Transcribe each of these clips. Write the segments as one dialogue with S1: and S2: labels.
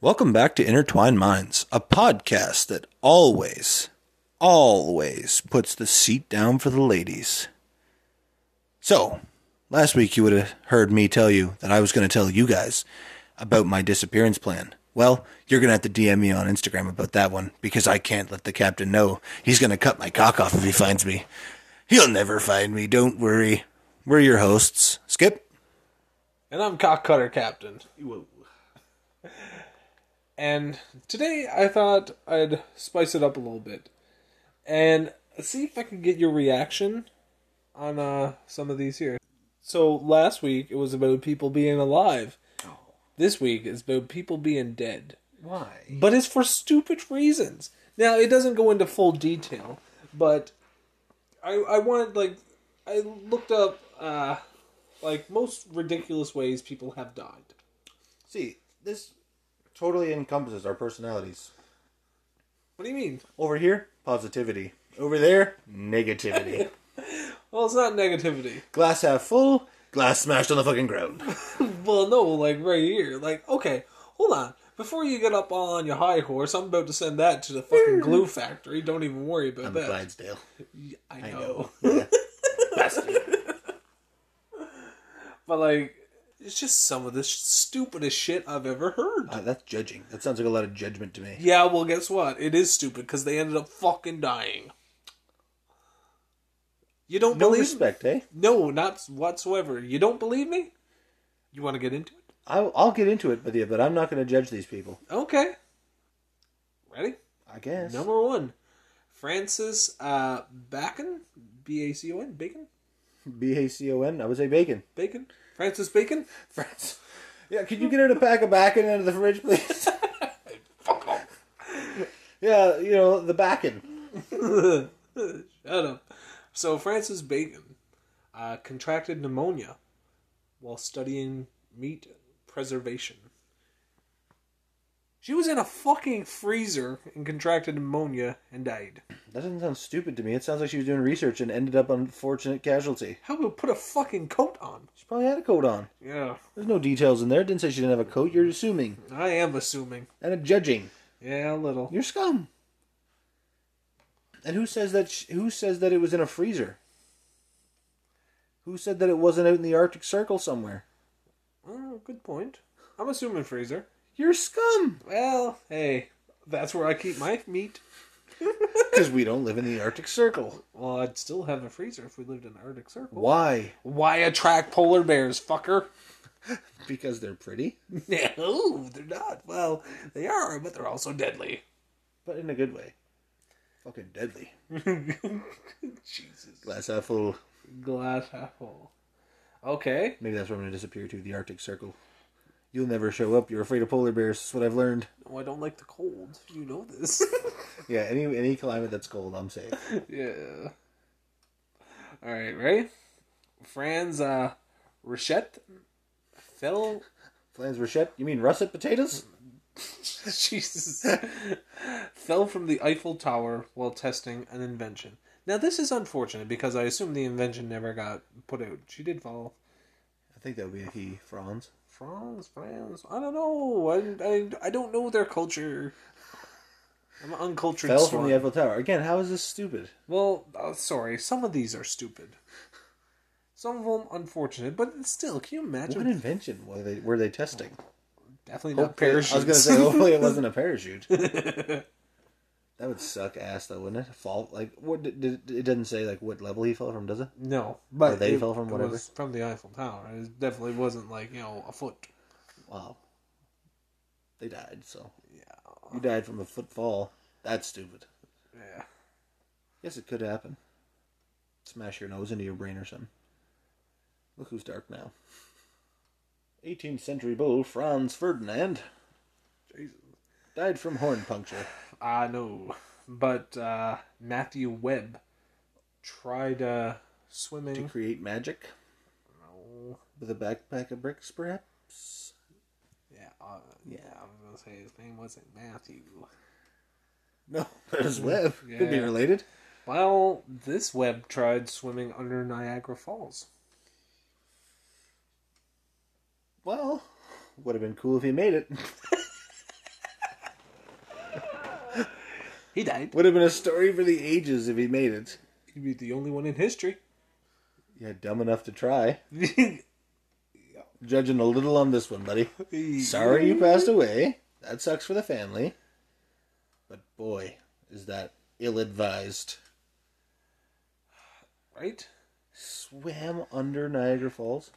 S1: Welcome back to Intertwined Minds, a podcast that always, always puts the seat down for the ladies. So, last week you would have heard me tell you that I was going to tell you guys about my disappearance plan. Well, you're going to have to DM me on Instagram about that one because I can't let the captain know. He's going to cut my cock off if he finds me. He'll never find me, don't worry. We're your hosts. Skip?
S2: And I'm Cock Cutter Captain. And today I thought I'd spice it up a little bit and see if I can get your reaction on uh, some of these here. So last week it was about people being alive. This week is about people being dead.
S1: Why?
S2: But it's for stupid reasons. Now it doesn't go into full detail, but I I wanted like I looked up uh like most ridiculous ways people have died.
S1: See, this totally encompasses our personalities.
S2: What do you mean?
S1: Over here, positivity. Over there, negativity.
S2: Well, it's not negativity.
S1: glass half full, glass smashed on the fucking ground.
S2: Well, no, like right here. Like, okay, hold on. Before you get up on your high horse, I'm about to send that to the fucking glue factory. Don't even worry about
S1: I'm a
S2: that.
S1: Clydesdale.
S2: I
S1: I
S2: know.
S1: know. Yeah. Bastard.
S2: But like it's just some of the stupidest shit I've ever heard.
S1: Uh, that's judging. That sounds like a lot of judgment to me.
S2: Yeah, well, guess what? It is stupid because they ended up fucking dying. You don't
S1: No
S2: believe
S1: respect, eh?
S2: Me? No, not whatsoever. You don't believe me? You want to get into it?
S1: I'll, I'll get into it with you, but I'm not going to judge these people.
S2: Okay. Ready?
S1: I guess.
S2: Number one, Francis uh, Bacon, B A C O N, Bacon,
S1: B A C O N. I would say bacon.
S2: Bacon, Francis Bacon.
S1: France. Yeah, could you get her to pack a bacon out of the fridge, please?
S2: Fuck off.
S1: yeah, you know, the bacon.
S2: Shut up. So Francis Bacon uh, contracted pneumonia while studying meat preservation. She was in a fucking freezer and contracted pneumonia and died.
S1: That doesn't sound stupid to me. It sounds like she was doing research and ended up unfortunate casualty.
S2: How about put a fucking coat on?
S1: She probably had a coat on.
S2: Yeah,
S1: There's no details in there. It didn't say she didn't have a coat. You're assuming
S2: I am assuming.
S1: and a judging.
S2: Yeah, a little.
S1: You're scum. And who says that? Sh- who says that it was in a freezer? Who said that it wasn't out in the Arctic Circle somewhere?
S2: Oh, good point. I'm assuming freezer.
S1: You're scum.
S2: Well, hey, that's where I keep my meat.
S1: Because we don't live in the Arctic Circle.
S2: Well, I'd still have a freezer if we lived in the Arctic Circle.
S1: Why?
S2: Why attract polar bears, fucker?
S1: Because they're pretty.
S2: no, they're not. Well, they are, but they're also deadly.
S1: But in a good way. Fucking deadly.
S2: Jesus.
S1: Glass half full.
S2: Glass half full. Okay.
S1: Maybe that's where I'm going to disappear to, the Arctic Circle. You'll never show up. You're afraid of polar bears. That's what I've learned.
S2: No, I don't like the cold. You know this.
S1: Yeah, any any climate that's cold, I'm safe.
S2: yeah. All right, ready? Franz uh, Rochette fell
S1: Flans Rochette? You mean russet potatoes?
S2: Jesus. Fell from the Eiffel Tower while testing an invention. Now, this is unfortunate because I assume the invention never got put out. She did fall.
S1: I think that would be a he, Franz.
S2: France, France. I don't know. I, I, I don't know their culture. I'm an uncultured
S1: Fell
S2: swan.
S1: from the Eiffel Tower. Again, how is this stupid?
S2: Well, uh, sorry. Some of these are stupid. Some of them unfortunate, but still, can you imagine?
S1: What invention were they were they testing?
S2: Definitely not
S1: Hopefully-
S2: parachutes.
S1: I was gonna say hopefully it wasn't a parachute. that would suck ass though, wouldn't it? Fall like what? Did, did, it doesn't say like what level he fell from, does it?
S2: no, but
S1: Or Oh, they fell from
S2: it
S1: whatever?
S2: was from the Eiffel Tower. It definitely wasn't like you know a foot.
S1: Wow. They died, so. Yeah. You died from a foot fall. That's stupid.
S2: Yeah.
S1: Yes, it could happen. Smash your nose into your brain or something. Look who's dark now. 18th century bull Franz Ferdinand
S2: Jesus.
S1: died from horn puncture.
S2: I know. But uh, Matthew Webb tried uh, swimming.
S1: To create magic
S2: No.
S1: with a backpack of bricks, perhaps?
S2: Yeah, uh, yeah, I was going to say his name wasn't Matthew.
S1: No, there's web. Could be
S2: Yeah.
S1: related.
S2: Well, this Webb tried swimming under Niagara Falls.
S1: Well, would have been cool if he made it.
S3: He died.
S1: Would have been a story for the ages if he made it.
S2: He'd be the only one in history.
S1: Yeah, dumb enough to try. Judging a little on this one, buddy. Sorry you passed away. That sucks for the family. But boy, is that ill advised.
S2: Right?
S1: Swam under Niagara Falls.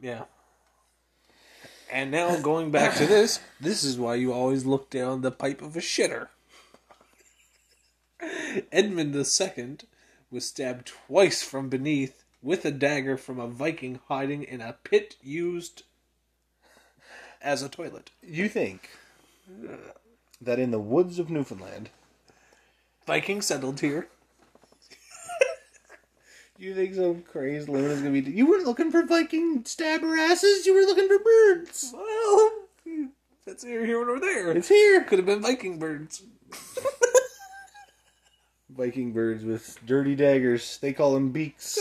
S2: Yeah. And now going back to this, this is why you always look down the pipe of a shitter. Edmund II was stabbed twice from beneath with a dagger from a Viking hiding in a pit used as a toilet.
S1: You think that in the woods of Newfoundland,
S2: Viking settled here.
S1: you think some crazed woman is gonna be? You weren't looking for Viking stabber asses. You were looking for birds.
S2: Well, that's here, here, or there.
S1: It's here.
S2: could have been Viking birds.
S1: Viking birds with dirty daggers. They call them beaks.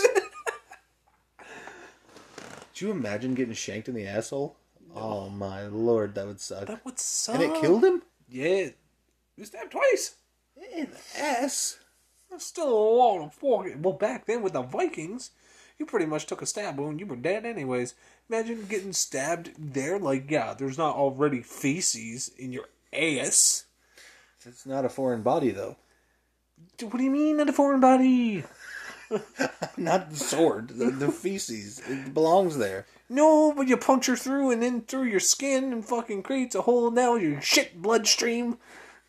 S1: Do you imagine getting shanked in the asshole? Oh my lord, that would suck.
S2: That would suck.
S1: and it killed him?
S2: Yeah, he was stabbed twice.
S1: In the ass.
S2: That's still a lot of fucking. Well, back then with the Vikings, you pretty much took a stab wound. You were dead anyways. Imagine getting stabbed there. Like, yeah, there's not already feces in your ass.
S1: It's not a foreign body though.
S2: Dude, What do you mean, not a foreign body?
S1: Not the sword. The, the feces. It belongs there.
S2: No, but you puncture through and then through your skin and fucking creates a hole. Now your shit bloodstream.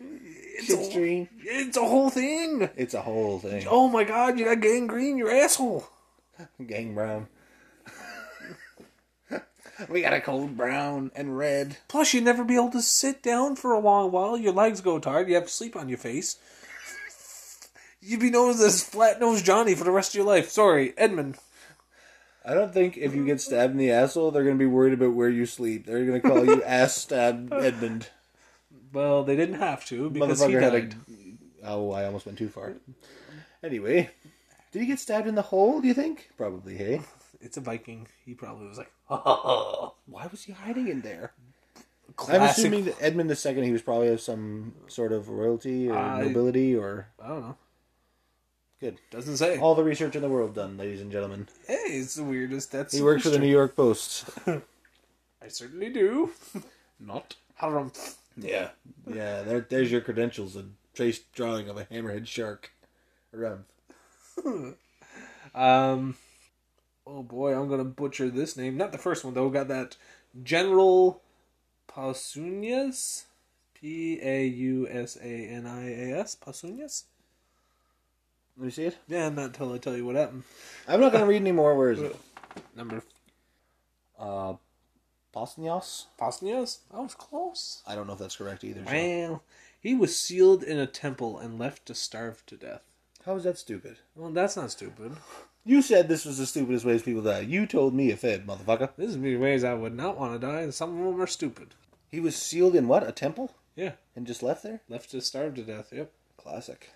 S2: It's a-
S1: Shitstream.
S2: it's a whole thing.
S1: It's a whole thing.
S2: Oh my god, you got gangrene, your asshole.
S1: Gang brown. we got a cold brown and red.
S2: Plus, you'd never be able to sit down for a long while. Your legs go tired. You have sleep on your face. You'd be known as flat nosed Johnny for the rest of your life. Sorry, Edmund.
S1: I don't think if you get stabbed in the asshole, they're gonna be worried about where you sleep. They're gonna call you ass stabbed Edmund.
S2: Well, they didn't have to because he
S1: Motherfucker had a.
S2: died.
S1: Oh, I almost went too far. Anyway, did he get stabbed in the hole? Do you think? Probably. Hey,
S2: It's a Viking. He probably was like,
S1: why was he hiding in there? I'm
S2: classic.
S1: assuming that Edmund II, he was probably of some sort of royalty or
S2: I-
S1: nobility or
S2: I don't know.
S1: good.
S2: Doesn't say.
S1: All the research in the world done, ladies and gentlemen.
S2: Hey, it's the weirdest. That's
S1: He works for the New York Post.
S2: I certainly do.
S1: Not.
S2: Harumph.
S1: Yeah. Yeah. There, there's your credentials. A traced drawing of a hammerhead shark. Around.
S2: um, oh boy, I'm gonna butcher this name. Not the first one though. Got that General Pausanias, P A U S A N I A S, Pausanias.
S1: Let me see it.
S2: Yeah, not till I tell you what happened.
S1: I'm not gonna read any more. Where is it?
S2: Number
S1: Uh, Posnios.
S2: Pausanias. I was close.
S1: I don't know if that's correct either. so-
S2: Well, he was sealed in a temple and left to starve to death.
S1: How is that stupid?
S2: Well, that's not stupid.
S1: You said this was the stupidest ways people die. You told me a fib, motherfucker.
S2: This is many ways I would not want to die, and some of them are stupid.
S1: He was sealed in what? A temple?
S2: Yeah,
S1: And just left there?
S2: left to starve to death. Yep.
S1: Classic.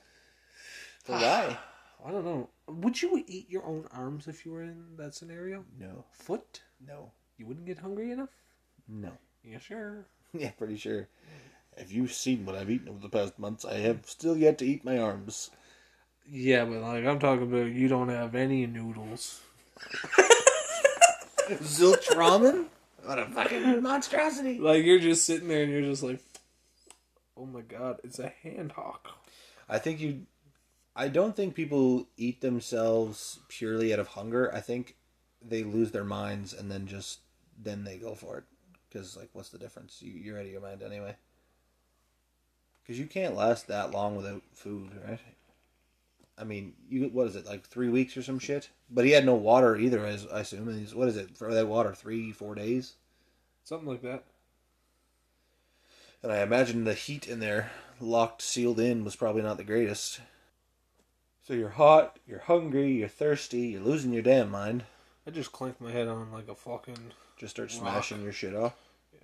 S1: For why?
S2: I don't know. Would you eat your own arms if you were in that scenario?
S1: No.
S2: Foot?
S1: No.
S2: You wouldn't get hungry enough?
S1: No.
S2: Yeah, sure.
S1: Yeah, pretty sure. If you've seen what I've eaten over the past months, I have still yet to eat my arms.
S2: Yeah, but like I'm talking about, you don't have any noodles.
S1: Zilch ramen? What a fucking monstrosity.
S2: Like you're just sitting there and you're just like, oh my god, it's a hand hawk.
S1: I think you. I don't think people eat themselves purely out of hunger. I think they lose their minds and then just. Then they go for it. Because, like, what's the difference? You, you're out of your mind anyway. Because you can't last that long without food, right? I mean, you what is it like three weeks or some shit? But he had no water either, as I assume. And he's, what is it for that water? Three, four days?
S2: Something like that.
S1: And I imagine the heat in there, locked, sealed in, was probably not the greatest. So you're hot, you're hungry, you're thirsty, you're losing your damn mind.
S2: I just clanked my head on like a fucking.
S1: Just start
S2: Rock.
S1: smashing your shit off.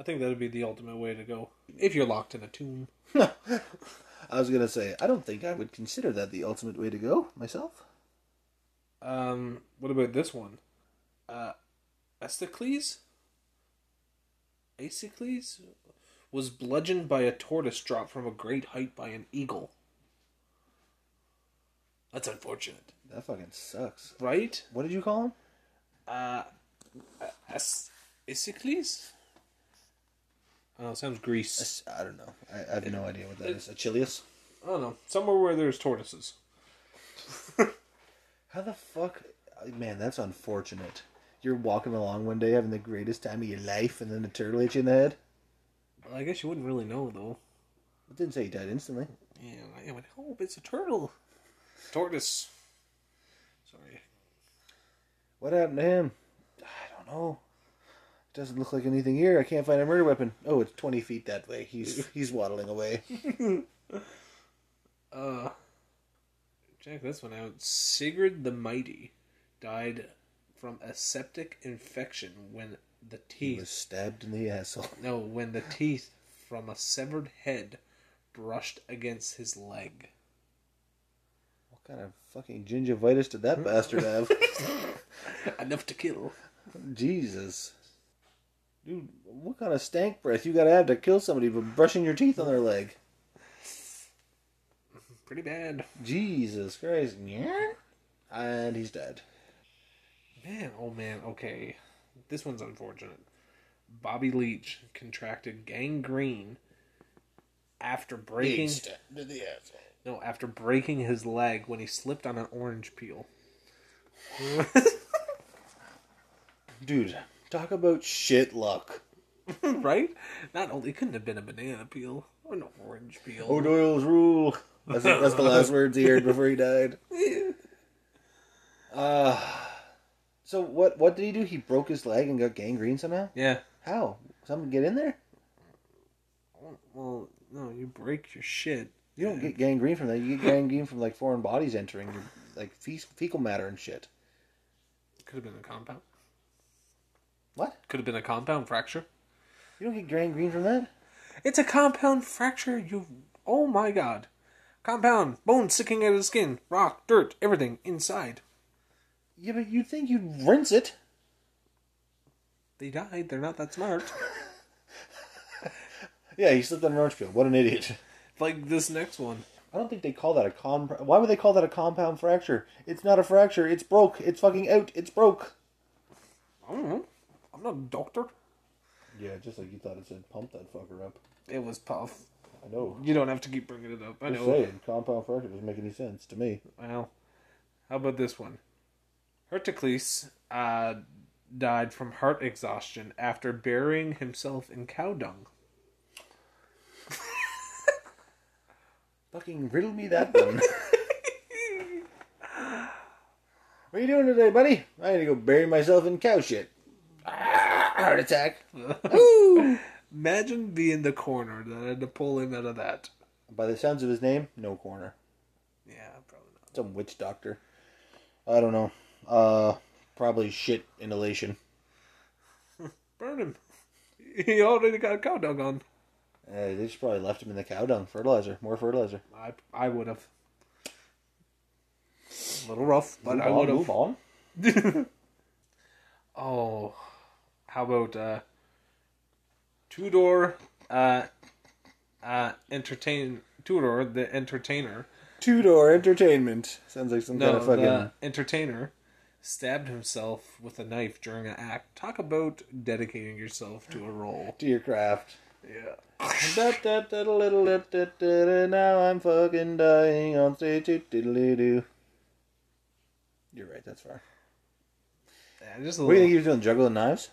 S2: I think that'd be the ultimate way to go if you're locked in a tomb.
S1: I was gonna say, I don't think I would consider that the ultimate way to go myself.
S2: Um, what about this one? Uh, Asticles? Acicles? was bludgeoned by a tortoise dropped from a great height by an eagle. That's unfortunate,
S1: That fucking sucks.
S2: right?
S1: What did you call him?
S2: Uh, As- Isicles? I don't know, Oh, sounds Greece.
S1: I don't know. I, I have no idea what that is. Achilles.
S2: I don't know, somewhere where there's tortoises.
S1: How the fuck, man? That's unfortunate. You're walking along one day having the greatest time of your life, and then a turtle hits you in the head.
S2: I guess you wouldn't really know, though.
S1: It didn't say you died instantly.
S2: Yeah, I would hope it's a turtle. Tortoise. Sorry.
S1: What happened to him? I don't know. It doesn't look like anything here. I can't find a murder weapon. Oh, it's twenty feet that way. He's he's waddling away.
S2: Uh, check this one out. Sigurd the Mighty died from a septic infection when the
S1: He
S2: teeth.
S1: was stabbed in the asshole.
S2: No, when the teeth from a severed head brushed against his leg.
S1: What kind of fucking gingivitis did that bastard have?
S2: Enough to kill.
S1: Jesus. Dude, what kind of stank breath you gotta have to kill somebody but brushing your teeth on their leg?
S2: Pretty bad.
S1: Jesus Christ. Yeah? And he's dead.
S2: Man, oh man, okay. This one's unfortunate. Bobby Leach contracted gangrene after breaking
S1: stabbed in the asshole.
S2: no after breaking his leg when he slipped on an orange peel.
S1: Dude, talk about shit luck.
S2: right? Not only it couldn't have been a banana peel or an orange peel.
S1: O'Doyle's rule. That's, it, that's the last words he heard before he died. Uh, so what what did he do? He broke his leg and got gangrene somehow?
S2: Yeah.
S1: How? Someone get in there?
S2: Well, no, you break your shit.
S1: You don't get gangrene from that. You get gangrene from like foreign bodies entering your like fe- fecal matter and shit.
S2: Could have been a compound.
S1: What?
S2: Could have been a compound fracture.
S1: You don't get gangrene from that?
S2: It's a compound fracture. You. Oh my god. Compound. Bone sticking out of the skin. Rock, dirt, everything inside.
S1: Yeah, but you'd think you'd rinse it.
S2: They died. They're not that smart.
S1: Yeah, he slipped on an orange peel. What an idiot.
S2: like this next one.
S1: I don't think they call that a com. Why would they call that a compound fracture? It's not a fracture. It's broke. It's fucking out. It's broke.
S2: I don't know. I'm not a doctor.
S1: Yeah, just like you thought it said, pump that fucker up.
S2: It was Puff.
S1: I know.
S2: You don't have to keep bringing it up. I
S1: Just
S2: know.
S1: saying, compound fracture doesn't make any sense to me.
S2: Well, how about this one? Heracles uh, died from heart exhaustion after burying himself in cow dung.
S1: Fucking riddle me that one. what are you doing today, buddy? I need to go bury myself in cow shit. Ah, heart attack. Woo!
S2: Imagine being the corner that had to pull him out of that.
S1: By the sounds of his name, no corner.
S2: Yeah, probably not.
S1: Some witch doctor. I don't know. Uh, probably shit inhalation.
S2: Burn him. He already got a cow dung on.
S1: Uh, they just probably left him in the cow dung. Fertilizer. More fertilizer.
S2: I I would have. A little rough, but
S1: Move
S2: I
S1: on,
S2: would
S1: move
S2: have.
S1: on.
S2: Oh, how about uh, Tudor, uh, uh, entertain Tudor the entertainer.
S1: Tudor Entertainment. Sounds like some
S2: No,
S1: kind of fucking...
S2: the entertainer stabbed himself with a knife during an act. Talk about dedicating yourself to a role.
S1: To your craft.
S2: Yeah.
S1: Now I'm fucking dying on stage. Diddly-doo. You're right, that's far.
S2: yeah just a
S1: What do you
S2: little,
S1: think he was doing? Juggling knives?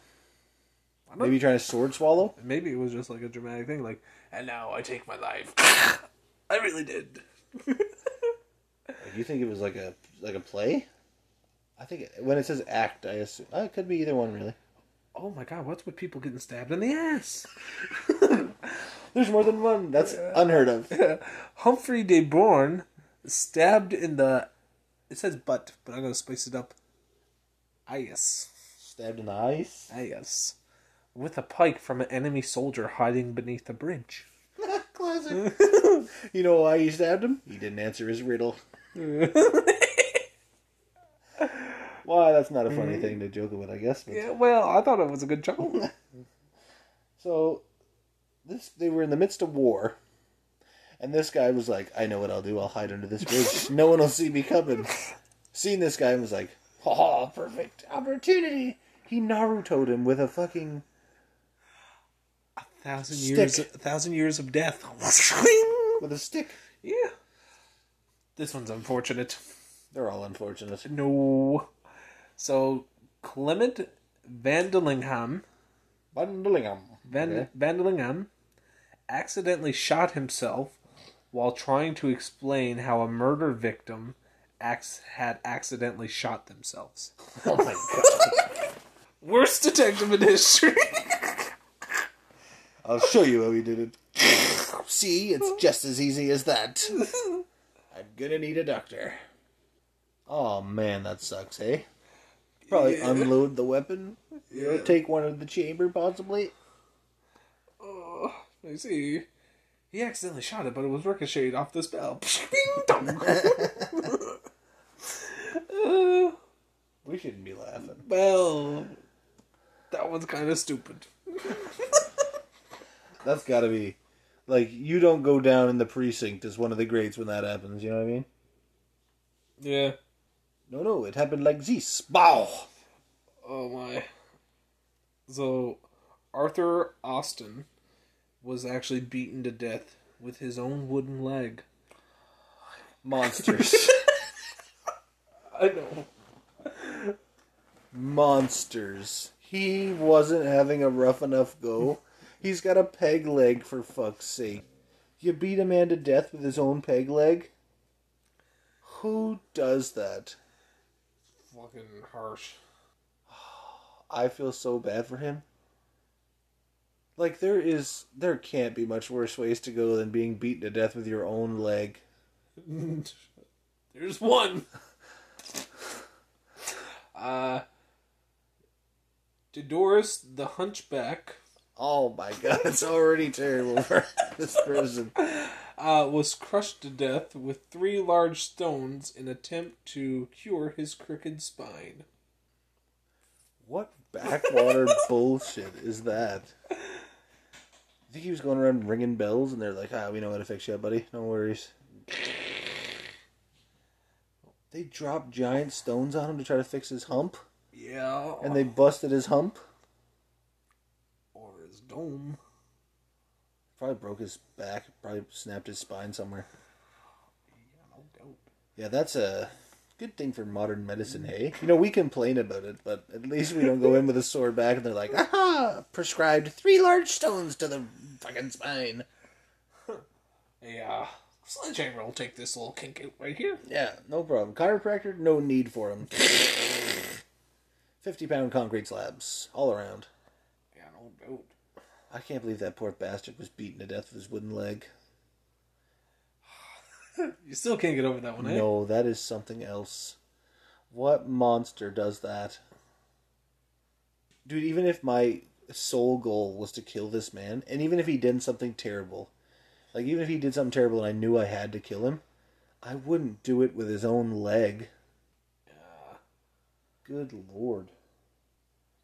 S2: I don't-
S1: Maybe trying to sword swallow?
S2: maybe it was just like a dramatic thing, like, and now I take my life. I really did.
S1: Like, You think it was like a like a play? I think it, when it says act, I assume oh, it could be either one really.
S2: Oh my god, what's with people getting stabbed in the ass?
S1: There's more than one. That's unheard of.
S2: Humphrey de Bourne stabbed in the. It says butt, but I'm gonna spice it up. Ayas.
S1: Stabbed in the eyes.
S2: Ayas. With a pike from an enemy soldier hiding beneath a bridge.
S1: Classic. you know why he stabbed him? He didn't answer his riddle. why? That's not a funny thing to joke about, I guess. But
S2: Yeah, well, I thought it was a good joke.
S1: so, this they were in the midst of war, and this guy was like, "I know what I'll do. I'll hide under this bridge. no one will see me coming." Seen this guy and was like, "Oh, perfect opportunity." He Naruto'd him with a fucking
S2: Thousand
S1: Stick.
S2: years, a thousand years of death.
S1: with a stick.
S2: yeah, this one's unfortunate.
S1: They're all unfortunate.
S2: No, so Clement Vandelingham,
S1: Bundling 'em.
S2: Van
S1: Okay.
S2: Vandelingham, accidentally shot himself while trying to explain how a murder victim acts had accidentally shot themselves.
S1: Oh my god!
S2: Worst detective in history.
S1: I'll show you how he did it. see, it's just as easy as that. I'm gonna need a doctor. Oh man, that sucks, eh? Probably
S2: Yeah.
S1: unload the weapon. You know,
S2: Yeah.
S1: take one of the chamber, possibly.
S2: Oh, I see. He accidentally shot it, but it was ricocheted off this bell. Bing, dong. Uh,
S1: We shouldn't be laughing.
S2: well, that one's kind of stupid.
S1: That's gotta be. Like, you don't go down in the precinct as one of the greats when that happens, you know what I mean?
S2: Yeah.
S1: No, no, it happened like this. Bow!
S2: Oh my. So, Arthur Austin was actually beaten to death with his own wooden leg.
S1: Monsters.
S2: I know.
S1: Monsters. He wasn't having a rough enough go. He's got a peg leg, for fuck's sake. You beat a man to death with his own peg leg? Who does that?
S2: Fucking harsh.
S1: I feel so bad for him. Like there is there can't be much worse ways to go than being beaten to death with your own leg.
S2: There's one. Uh, Dodoris the Hunchback
S1: Oh my god, it's already terrible for this person.
S2: uh, was crushed to death with three large stones in attempt to cure his crooked spine.
S1: What backwater bullshit is that? I think he was going around ringing bells, and they're like, "Ah, we know how to fix you, up, buddy. No worries." They dropped giant stones on him to try to fix his hump,
S2: Yeah.
S1: and they busted his hump.
S2: or his dome.
S1: Probably broke his back. Probably snapped his spine somewhere.
S2: No doubt.
S1: Yeah, that's a good thing for modern medicine, hey? You know, we complain about it, but at least we don't go in with a sore back and they're like, aha, prescribed three large stones to the fucking spine.
S2: Yeah. Sledgehammer uh, will take this little kink out right here.
S1: Yeah, no problem. Chiropractor, no need for him. 50 pound concrete slabs all around.
S2: Yeah, no doubt.
S1: I can't believe that poor bastard was beaten to death with his wooden leg.
S2: You still can't get over that one, eh?
S1: No, that is something else. What monster does that? Dude, even if my sole goal was to kill this man, and even if he did something terrible, like even if he did something terrible and I knew I had to kill him, I wouldn't do it with his own leg. Good lord.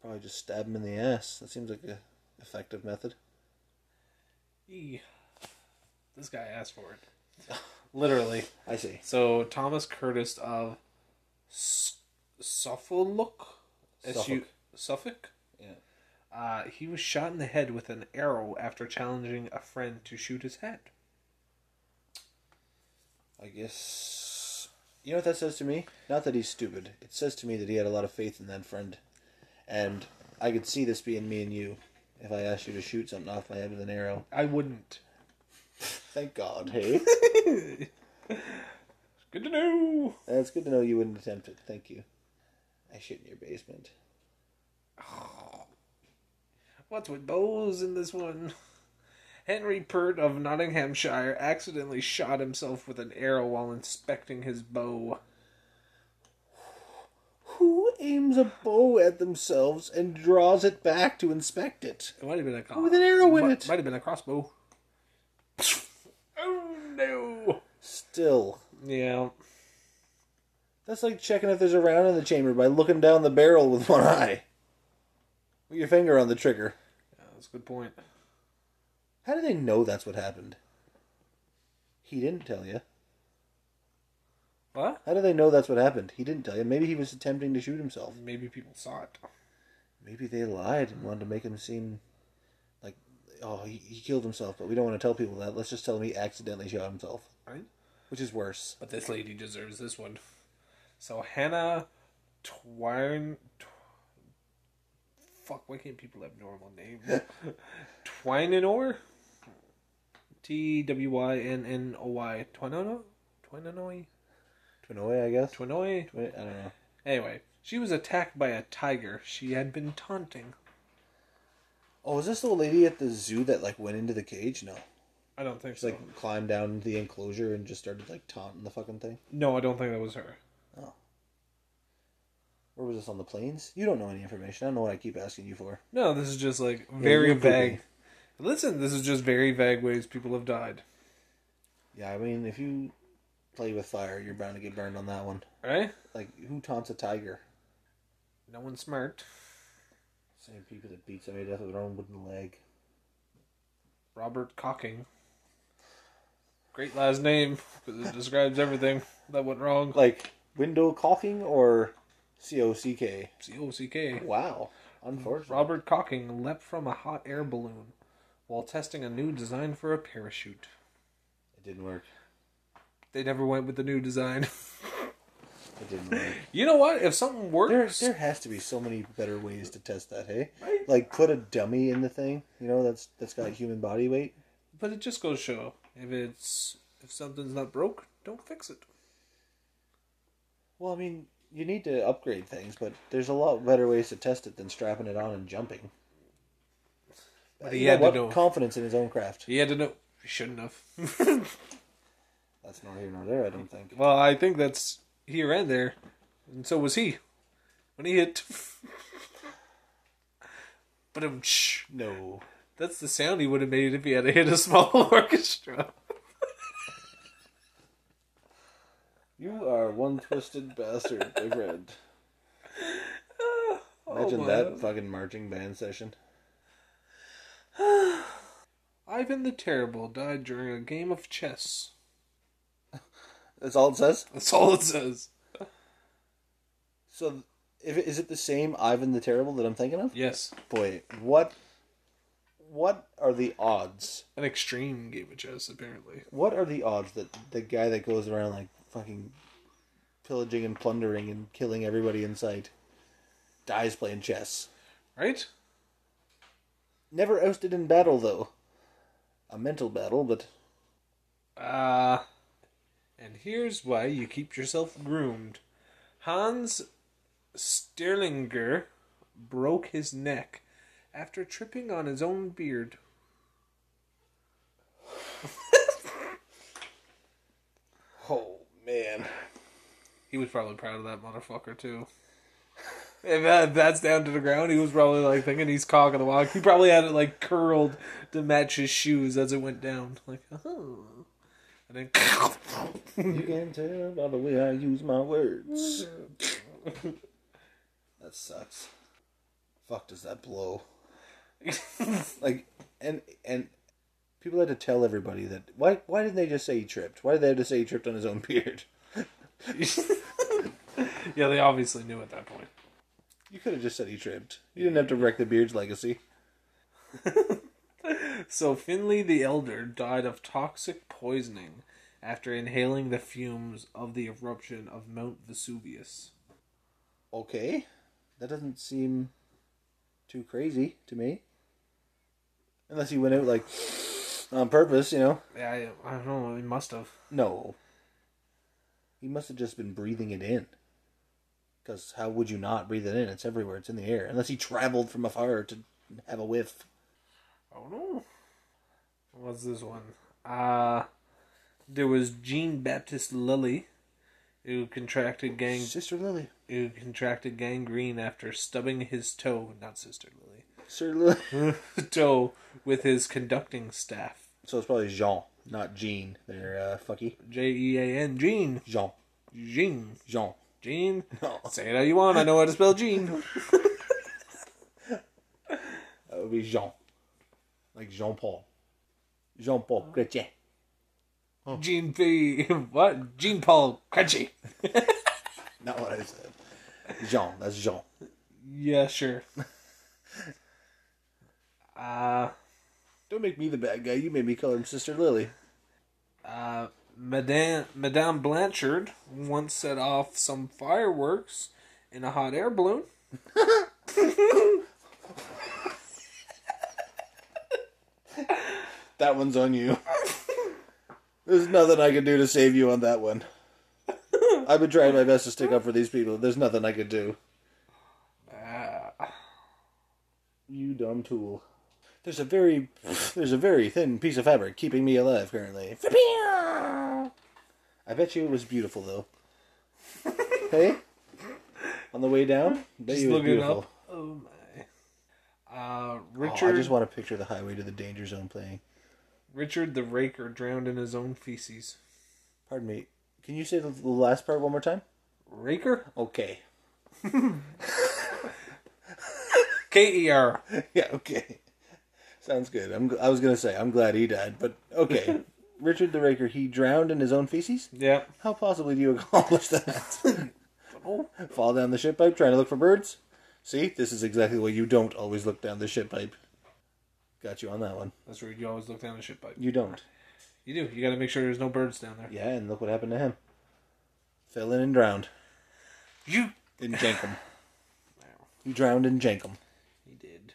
S1: Probably just stab him in the ass. That seems like a effective method.
S2: Eee. This guy asked for it. Literally.
S1: I see.
S2: So Thomas Curtis of S- Suffolk, S-U- Suffolk.
S1: Yeah.
S2: Uh, he was shot in the head with an arrow after challenging a friend to shoot his head.
S1: I guess. You know what that says to me? Not that he's stupid. It says to me that he had a lot of faith in that friend. And I could see this being me and you if I asked you to shoot something off my head with an arrow.
S2: I wouldn't.
S1: Thank God, hey?
S2: Good to know.
S1: That's good to know you wouldn't attempt it. Thank you. I shit in your basement.
S2: What's with bows in this one? Henry Pert of Nottinghamshire accidentally shot himself with an arrow while inspecting his bow.
S1: Who aims a bow at themselves and draws it back to inspect it?
S2: It might have been a crossbow.
S1: Oh, With an arrow in it.
S2: Might have been a crossbow. oh no!
S1: Still.
S2: Yeah.
S1: That's like checking if there's a round in the chamber by looking down the barrel with one eye. With your finger on the trigger.
S2: Yeah, that's a good point.
S1: How do they know that's what happened? He didn't tell you.
S2: What?
S1: How do they know that's what happened? He didn't tell you. Maybe he was attempting to shoot himself.
S2: Maybe people saw it.
S1: Maybe they lied and wanted to make him seem like, oh, he, he killed himself, but we don't want to tell people that. Let's just tell them he accidentally shot himself,
S2: Right?
S1: which is worse.
S2: But this lady deserves this one. So Hannah Twine. Tw- fuck, why can't people have normal names? Twinenor? T W Y N N O Y. Twinenor? Twinenoi?
S1: Twinoy, I guess?
S2: Twinoi?
S1: Twin- I don't know.
S2: Anyway, she was attacked by a tiger she had been taunting.
S1: Oh, is this the lady at the zoo that, like, went into the cage? No.
S2: I don't think
S1: She, like, climbed down the enclosure and just started, like, taunting the fucking thing?
S2: no, I don't think that was her.
S1: Or was this on the planes? You don't know any information. I don't know what I keep asking you for.
S2: No, this is just like very
S1: you're poopy.
S2: vague. Listen, this is just very vague ways people have died.
S1: Yeah, I mean, if you play with fire, you're bound to get burned on that one.
S2: Right?
S1: Like, who taunts a tiger?
S2: No one's smart.
S1: Same people that beat somebody to death with their own wooden leg.
S2: Robert Cocking. Great last name because it describes everything that went wrong.
S1: Like, window caulking or C O C K?
S2: C O C K.
S1: Wow. Unfortunate.
S2: Robert Cocking leapt from a hot air balloon while testing a new design for a parachute.
S1: It didn't work.
S2: They never went with the new design.
S1: It didn't work.
S2: you know what? If something
S1: There,
S2: works,
S1: there has to be so many better ways to test that, hey?
S2: Right.
S1: Like put a dummy in the thing, you know, that's that's got human body weight.
S2: but it just goes to show if it's if something's not broke, don't fix it.
S1: Well, I mean, you need to upgrade things, but there's a lot better ways to test it than strapping it on and jumping. Uh,
S2: But
S1: You
S2: he
S1: know
S2: had to
S1: what?
S2: know.
S1: confidence in his own craft.
S2: He had to know. He shouldn't have.
S1: That's nor here nor there, I don't think.
S2: well, I think that's here and there, and so was he when he hit. but um, shh.
S1: No.
S2: That's the sound he would have made if he had hit a small orchestra.
S1: You are one twisted bastard, my friend. Imagine
S2: my
S1: that
S2: God.
S1: fucking marching band session.
S2: Ivan the Terrible died during a game of chess.
S1: That's all it says.
S2: That's all it says.
S1: So, if is it the same Ivan the Terrible that I'm thinking of?
S2: Yes,
S1: Boy, what, what are the odds?
S2: an extreme game of chess apparently.
S1: What are the odds that the guy that goes around like fucking pillaging and plundering and killing everybody in sight dies playing chess?
S2: Right?
S1: Never ousted in battle though. A mental battle, but
S2: Uh, and here's why you keep yourself groomed. Hans Stirlinger broke his neck after tripping on his own beard.
S1: oh man,
S2: He was probably proud of that motherfucker too. If that, that's down to the ground, he was probably like thinking he's cock of the walk. He probably had it like curled to match his shoes as it went down. Like, oh. And then.
S1: you can tell by the way I use my words. that sucks. Fuck, does that blow? like and and people had to tell everybody that why why didn't they just say he tripped? Why did they have to say he tripped on his own beard?
S2: yeah, they obviously knew at that point.
S1: You could have just said he tripped. You didn't have to wreck the beard's legacy.
S2: So Finley the Elder died of toxic poisoning after inhaling the fumes of the eruption of Mount Vesuvius.
S1: Okay. That doesn't seem too crazy to me. Unless he went out like on purpose, you know.
S2: Yeah, I, I don't know. It must have.
S1: No. He must have just been breathing it in. Cuz how would you not breathe it in? It's everywhere. It's in the air. Unless he traveled from afar to have a whiff.
S2: Oh no. What's this one? Uh there was Jean Baptiste Lilly who contracted gang
S1: Sister Lily.
S2: who contracted gangrene after stubbing his toe, not sister Lily.
S1: Sir Lily.
S2: toe with his conducting staff.
S1: So it's probably Jean, not Jean. They're uh, fucky.
S2: J E A N Jean.
S1: Jean.
S2: Jean.
S1: Jean.
S2: Jean.
S1: No.
S2: Say it how you want, I know how to spell Jean.
S1: That would be Jean. Like Jean Paul. Jean Paul Gaultier. Oh.
S2: Gene P. What? Gene Paul Crunchy.
S1: Not what I said. Jean, that's Jean.
S2: Yeah, sure. uh,
S1: Don't make me the bad guy. You made me call him Sister Lily.
S2: uh, Madame Madame Blanchard once set off some fireworks in a hot air balloon.
S1: That one's on you. There's nothing I can do to save you on that one. I've been trying my best to stick up for these people. There's nothing I could do.
S2: Ah.
S1: You dumb tool. There's a very there's a very thin piece of fabric keeping me alive currently. I bet you it was beautiful though. hey? On the way down? Bet
S2: Just
S1: you it was
S2: looking
S1: beautiful.
S2: up. Oh my. Uh,
S1: Oh,
S2: Richard
S1: I just want to picture the highway to the danger zone playing.
S2: Richard the Raker drowned in his own feces.
S1: Pardon me. Can you say the the last part one more time?
S2: Raker?
S1: Okay.
S2: K E R.
S1: Yeah, okay. Sounds good. I'm, gl- I was going to say, I'm glad he died, but okay. Richard the Raker, he drowned in his own feces?
S2: Yeah.
S1: How possibly do you accomplish that? Fall down the ship pipe trying to look for birds? See, this is exactly why you don't always look down the ship pipe. Got you on that one.
S2: That's rude. You always look down the ship pipe.
S1: You don't.
S2: You do. You gotta make sure there's no birds down there.
S1: Yeah, and look what happened to him. Fell in and drowned.
S2: You.
S1: In Jankum. He drowned in Jankum.
S2: He did.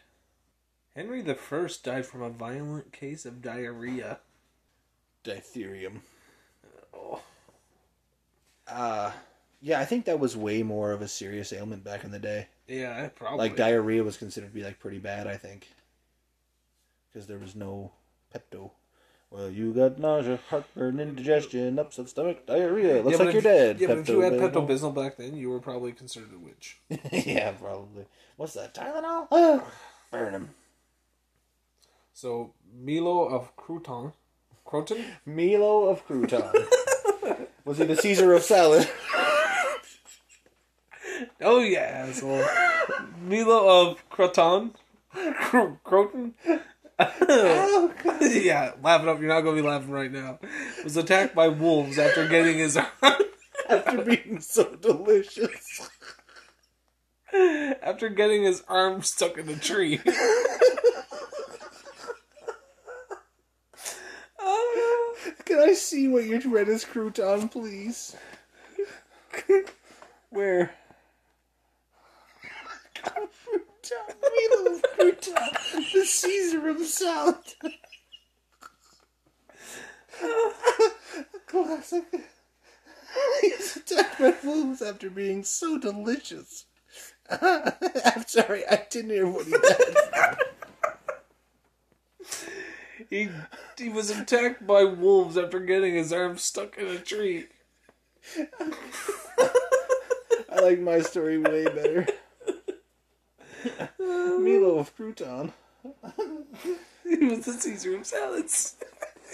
S2: Henry the First died from a violent case of diarrhea.
S1: Ditherium.
S2: Oh.
S1: Uh, Yeah, I think that was way more of a serious ailment back in the day.
S2: Oh, Yeah, probably.
S1: Like diarrhea was considered to be like pretty bad, I think, because there was no Pepto. Well, you got nausea, heartburn, indigestion, upset stomach, diarrhea. Looks
S2: Yeah, but
S1: like
S2: if-
S1: you're dead.
S2: Yeah, but if you had
S1: Pepto-Bismol.
S2: Pepto Bismol back then, you were probably considered a witch.
S1: yeah, probably. What's that? Tylenol? Ah, burn him.
S2: So Milo of Crouton, Croton,
S1: Milo of crouton. was he the Caesar of salad?
S2: Oh yeah, asshole. Milo of Croton, Cro- Croton. yeah, laugh it up. You're not gonna be laughing right now. Was attacked by wolves after getting his
S1: After being so delicious.
S2: after getting his arm stuck in a tree.
S1: Can I see what you read as crouton, please?
S2: Where?
S1: Milo of crouton, the Caesar of salad. Classic. He's attacked by wolves after being so delicious. I'm sorry, I didn't hear what he said.
S2: He he was attacked by wolves after getting his arm stuck in a tree.
S1: I like my story way better. Milo of crouton.
S2: He was the Caesar of salads.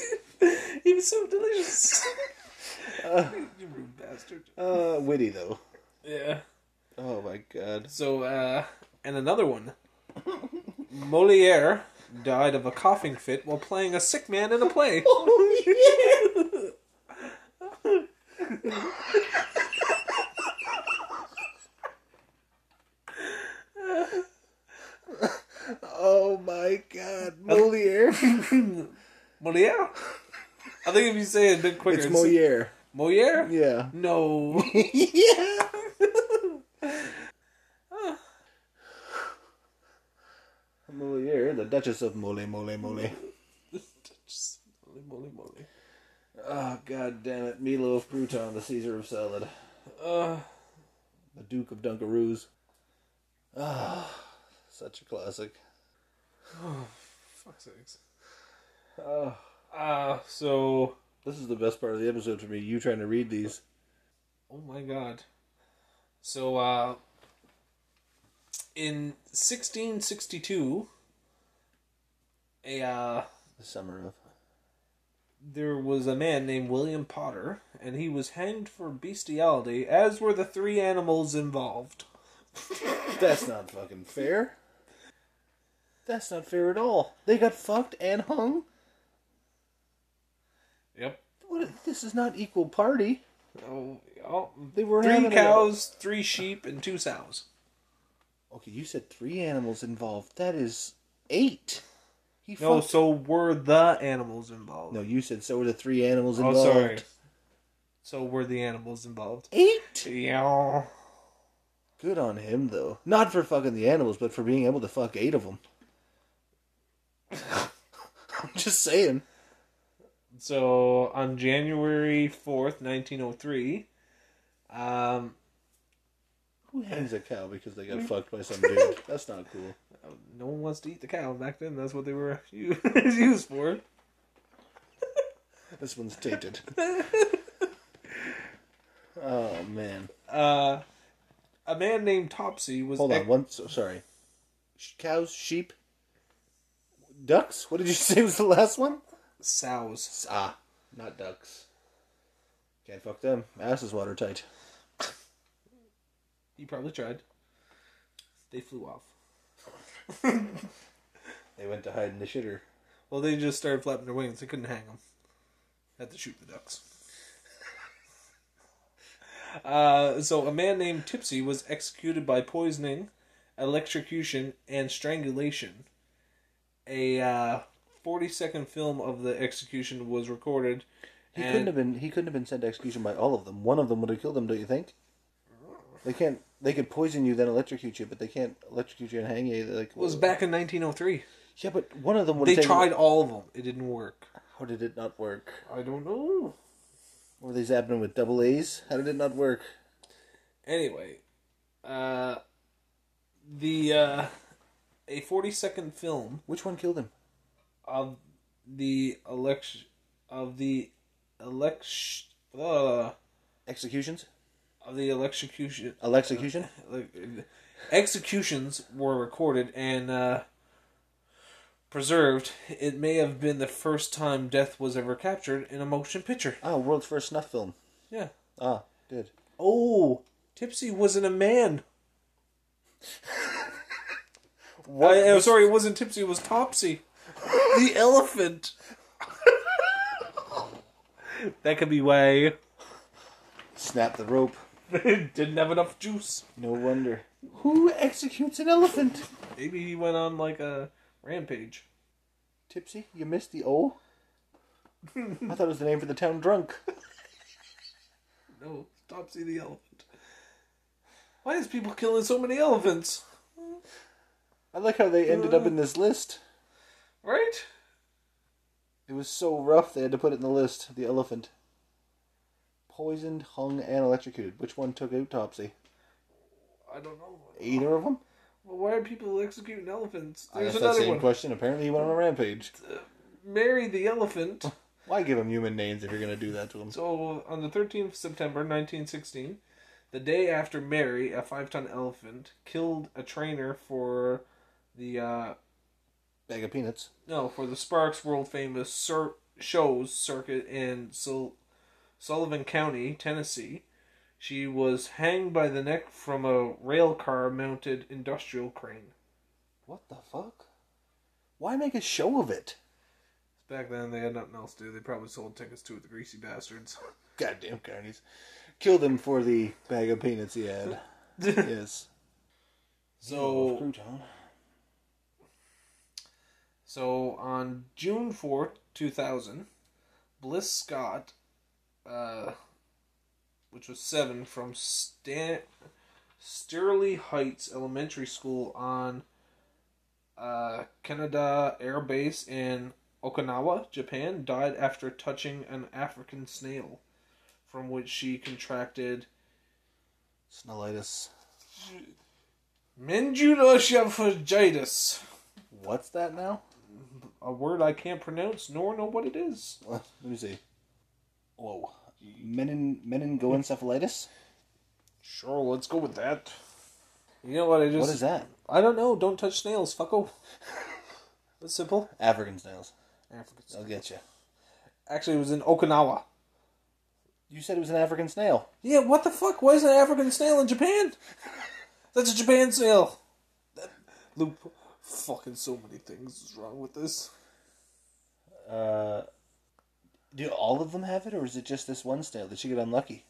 S2: he was so delicious. you rude bastard.
S1: Uh, witty though.
S2: Yeah.
S1: Oh my god.
S2: So, uh, and another one. Moliere died of a coughing fit while playing a sick man in a play.
S1: Oh my god, Moliere.
S2: Moliere? I think if you say it a bit quicker.
S1: it's Moliere.
S2: Moliere?
S1: Yeah.
S2: No.
S1: yeah. Moliere, the Duchess of Mole Mole Mole.
S2: Just- moly, moly, moly.
S1: Oh god damn it, Milo of Crouton, the Caesar of Salad,
S2: Uh,
S1: the Duke of Dunkaroos. Ah, such a classic.
S2: fuck sakes.
S1: Oh,
S2: Uh, so,
S1: this is the best part of the episode for me. You trying to read these?
S2: oh my god. So, uh, in 1662, a, uh,
S1: The summer of.
S2: there was a man named William Potter, and he was hanged for bestiality, as were the three animals involved.
S1: That's not fucking fair. That's not fair at all. They got fucked and hung.
S2: Yep.
S1: What, this is not equal party.
S2: Oh, oh,
S1: They were
S2: three
S1: having a-
S2: cows, three sheep, and two sows.
S1: Okay, you said three animals involved. That is eight. He
S2: No,
S1: fucked-
S2: so were the animals involved.
S1: no, you said so were the three animals
S2: oh,
S1: involved.
S2: sorry. So were the animals involved.
S1: Eight.
S2: Yeah.
S1: Good on him though. Not for fucking the animals, but for being able to fuck eight of them. I'm just saying.
S2: So on January fourth, nineteen oh three, um,
S1: Who hangs a cow because they got fucked by some dude? That's not cool.
S2: no one wants to eat the cow back then. That's what they were u- used for.
S1: This one's tainted. Oh man.
S2: Uh, a man named Topsy was
S1: Hold
S2: ex-
S1: on. One. So, sorry. Sh- Cows, sheep, ducks. What did you say was the last one?
S2: sows.
S1: Ah, not ducks. Can't fuck them. Ass is watertight.
S2: He probably tried. They flew off.
S1: They went to hide in the shitter.
S2: Well, they just started flapping their wings. They couldn't hang them. Had to shoot the ducks. uh, so, a man named Tipsy was executed by poisoning, electrocution, and strangulation. A uh, 40 second film of the execution was recorded.
S1: He
S2: and-
S1: couldn't have been. He couldn't have been sent to execution by all of them. One of them would have killed him. Don't you think? They can't. They could poison you, then electrocute you, but they can't electrocute you and hang you. They're Like
S2: was back in 1903.
S1: Yeah, but one of them would.
S2: They
S1: have taken-
S2: tried all of them. It didn't work.
S1: How did it not work?
S2: I don't know.
S1: Were they zapping him with double A's? How did it not work?
S2: Anyway, uh, the uh, a 40 second film
S1: Which one killed him?
S2: of the election of the election uh,
S1: Executions.
S2: of the electrocution
S1: Alexecution.
S2: like, executions were recorded and uh, preserved. It may have been the first time death was ever captured in a motion picture.
S1: Ah, world's first snuff film.
S2: Yeah.
S1: Ah, good.
S2: Oh, Tipsy wasn't a man.
S1: What?
S2: I, am sorry, it wasn't Tipsy. It was Topsy, the elephant. that could be why
S1: Snap the rope.
S2: didn't have enough juice.
S1: No wonder. Who executes an elephant?
S2: Maybe he went on like a rampage.
S1: Tipsy, you missed the O. I thought it was the name for the town drunk.
S2: No, Topsy the elephant. Why is people killing so many elephants?
S1: I like how they ended up in this list.
S2: Right?
S1: It was so rough they had to put it in the list. The elephant. Poisoned, hung, and electrocuted. Which one took out Topsy?
S2: I don't know.
S1: Either of them?
S2: Well, why are people executing elephants?
S1: I
S2: There's
S1: asked that
S2: another
S1: same
S2: one.
S1: question. Apparently, he went on a rampage.
S2: Mary the elephant.
S1: Why give him human names if you're gonna do that to him?
S2: So, on the 13th of September 1916, the day after Mary, a five ton elephant, killed a trainer for the, uh,
S1: Bag of peanuts.
S2: no, for the Sparks world famous cir- shows circuit in Sul- Sullivan County, Tennessee. She was hanged by the neck from a rail car mounted industrial crane.
S1: What the fuck? Why make a show of it?
S2: Back then, they had nothing else to do. They probably sold tickets to the greasy bastards.
S1: Goddamn carnies. Kill them for the bag of peanuts he had. yes.
S2: So,
S1: Crouton.
S2: So on June fourth, two 2000, Bliss Scott, uh, which was seven, from Stan- Sterling Heights Elementary School on uh, Canada Air Base in Okinawa, Japan, died after touching an African snail from which she contracted.
S1: Snellitis.
S2: Menjudoshavgitis,
S1: What's that now?
S2: a word I can't pronounce nor know what it is.
S1: Well, let me see. Whoa. Menin meningoencephalitis?
S2: Sure, let's go with that. You know what I just
S1: What is that?
S2: I don't know, don't touch snails, fucko. That's simple.
S1: African snails.
S2: Africans.
S1: I'll get you.
S2: Actually it was in Okinawa.
S1: You said it was an African snail.
S2: Yeah, what the fuck? Why is an African snail in Japan? That's a Japan snail. That loop fucking so many things is wrong with this.
S1: Uh, Do all of them have it, or is it just this one snail? Did she get unlucky?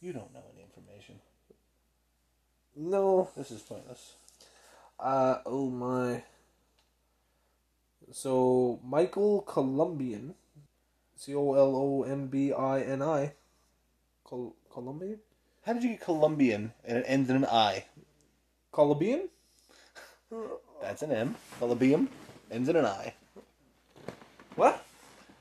S1: You don't know any information.
S2: No.
S1: This is pointless.
S2: Uh, oh my. So, Michael Colombian. C O L O M B I N I. Col- Colombian?
S1: How did you get Colombian and it ends in an I?
S2: Colombian?
S1: That's an M. Colombium ends in an I.
S2: What?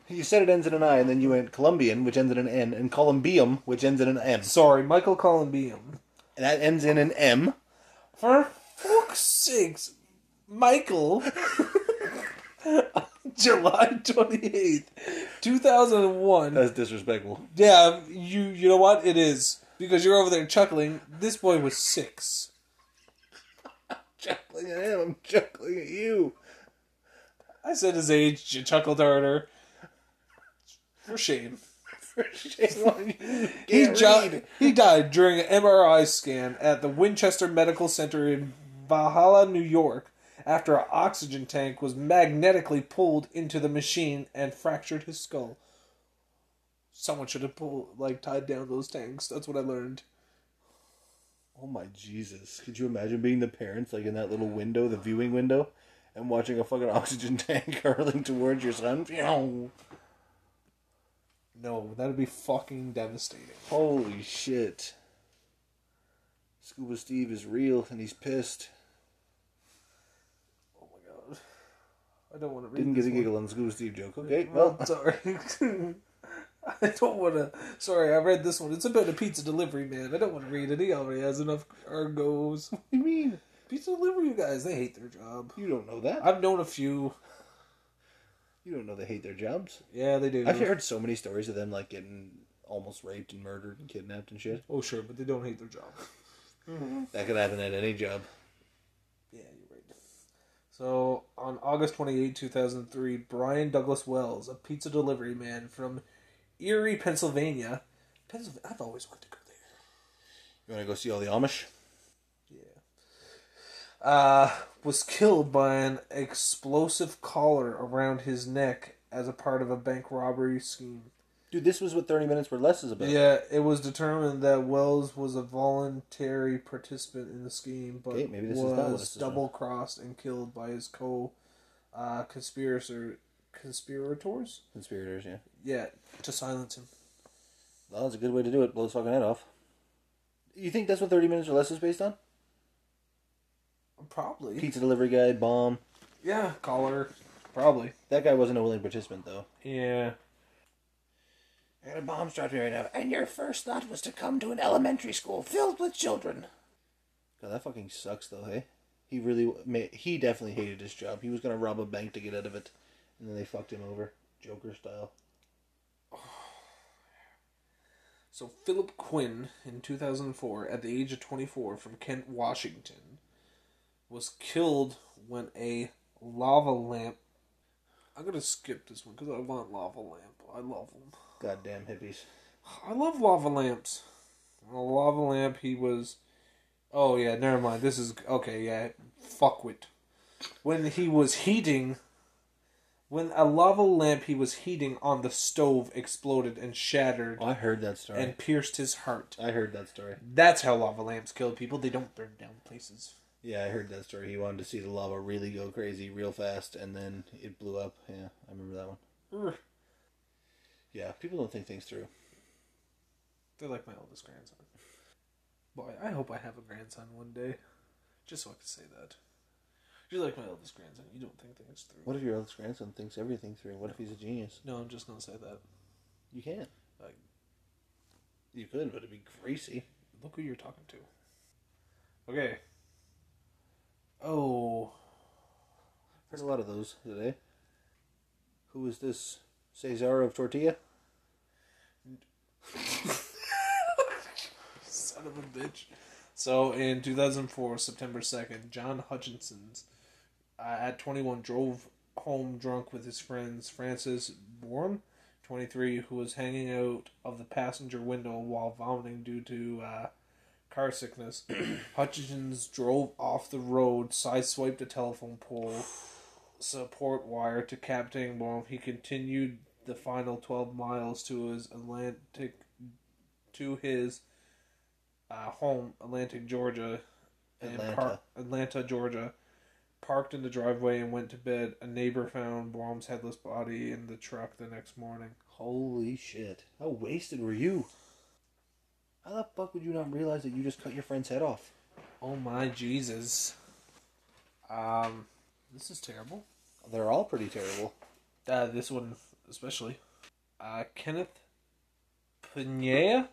S1: You said it ends in an I, and then you went Colombian, which ends in an N, and Columbium, which ends in an M.
S2: Sorry, Michael Colombian.
S1: And that ends in an M.
S2: For fuck's sakes, Michael. July 28th, 2001.
S1: That's disrespectful.
S2: Uh, Yeah, you you know what? It is. Because you're over there chuckling. This boy was six.
S1: Chuckling at him, I'm chuckling at you.
S2: I said his age, you chuckled harder. For shame.
S1: Shame on you.
S2: He,
S1: Can't
S2: jo-
S1: read.
S2: he died during an MRI scan at the Winchester Medical Center in Valhalla, New York, after an oxygen tank was magnetically pulled into the machine and fractured his skull. Someone should have pulled, like tied down those tanks. That's what I learned.
S1: Oh my Jesus. Could you imagine being the parents, like in that little window, the viewing window, and watching a fucking oxygen tank hurling towards your son? Phew.
S2: No, that'd be fucking devastating.
S1: Holy shit. Scuba Steve is real and he's pissed.
S2: Oh my god. I don't want to read
S1: Didn't
S2: this
S1: get a
S2: one.
S1: giggle on the Scuba Steve joke. Okay,
S2: Well,
S1: well,
S2: sorry. I don't want to. Sorry, I read this one. It's about a pizza delivery man. I don't want to read it. He already has enough argos.
S1: what do you mean?
S2: Pizza delivery guys, they hate their job.
S1: You don't know that.
S2: I've known a few.
S1: You don't know they hate their jobs.
S2: Yeah, they do.
S1: I've heard so many stories of them like getting almost raped and murdered and kidnapped and shit.
S2: Oh, sure, but they don't hate their job.
S1: That could happen at any job.
S2: Yeah, you're right. So, on August 28, 2003, Brian Douglas Wells, a pizza delivery man from Erie, Pennsylvania. Pennsylvania, I've always wanted to go there.
S1: You want to go see all the Amish?
S2: Yeah. Uh, was killed by an explosive collar around his neck as a part of a bank robbery scheme.
S1: Dude, this was what 30 Minutes or Less is about.
S2: Yeah, it was determined that Wells was a voluntary participant in the scheme, but
S1: Okay, maybe this is not what this
S2: was
S1: is.
S2: double crossed and killed by his co uh, conspirator conspirators.
S1: Conspirators, yeah.
S2: Yeah, to silence him.
S1: Well, that's a good way to do it. Blow his fucking head off. You think that's what 30 Minutes or Less is based on?
S2: Probably.
S1: Pizza delivery guy, bomb.
S2: Yeah, collar. Probably.
S1: That guy wasn't a willing participant, though.
S2: Yeah.
S1: I got a bomb strapped to me right now. And your first thought was to come to an elementary school filled with children. God, that fucking sucks, though, hey? He really, ma- he definitely hated his job. He was going to rob a bank to get out of it. And then they fucked him over. Joker style.
S2: So Philip Quinn in 2004 at the age of 24 from Kent, Washington was killed when a lava lamp I'm going to skip this one cuz I want lava lamp. I love them.
S1: Goddamn hippies.
S2: I love lava lamps. A lava lamp he was Oh yeah, never mind. This is okay, yeah. Fuck with. When he was heating when a lava lamp he was heating on the stove exploded and shattered
S1: I heard that story.
S2: and pierced his heart.
S1: I heard that story.
S2: That's how lava lamps kill people. They don't burn down places.
S1: Yeah, I heard that story. He wanted to see the lava really go crazy real fast, and then it blew up. Yeah, I remember that one.
S2: Ugh.
S1: Yeah, people don't think things through.
S2: They're like my oldest grandson. Boy, I hope I have a grandson one day. Just so I can say that. You're like my oldest grandson. You don't think things through.
S1: What if your eldest grandson thinks everything through? What if he's a genius?
S2: No, I'm just gonna say that.
S1: You can't.
S2: Like,
S1: You could, but it'd be crazy.
S2: look who you're talking to. Okay. Oh,
S1: Heard a lot of those today. Who is this? Cesar of Tortilla?
S2: son of a bitch. So in 2004, September 2nd, John Hutchinson's uh, at 21 drove home drunk with his friends Francis Bourne, 23, who was hanging out of the passenger window while vomiting due to uh, car sickness. Hutchins drove off the road, sideswiped a telephone pole support wire to Captain Bourne. He continued the final 12 miles to his Atlantic to his uh, home Atlantic Georgia and
S1: Atlanta.
S2: par- Atlanta Georgia parked in the driveway and went to bed a neighbor found Blom's headless body in the truck the next morning
S1: Holy shit. How wasted were you? How the fuck would you not realize that you just cut your friend's head off?
S2: oh my Jesus um this is terrible
S1: They're all pretty terrible.
S2: uh, this one especially. Uh, Kenneth Pinea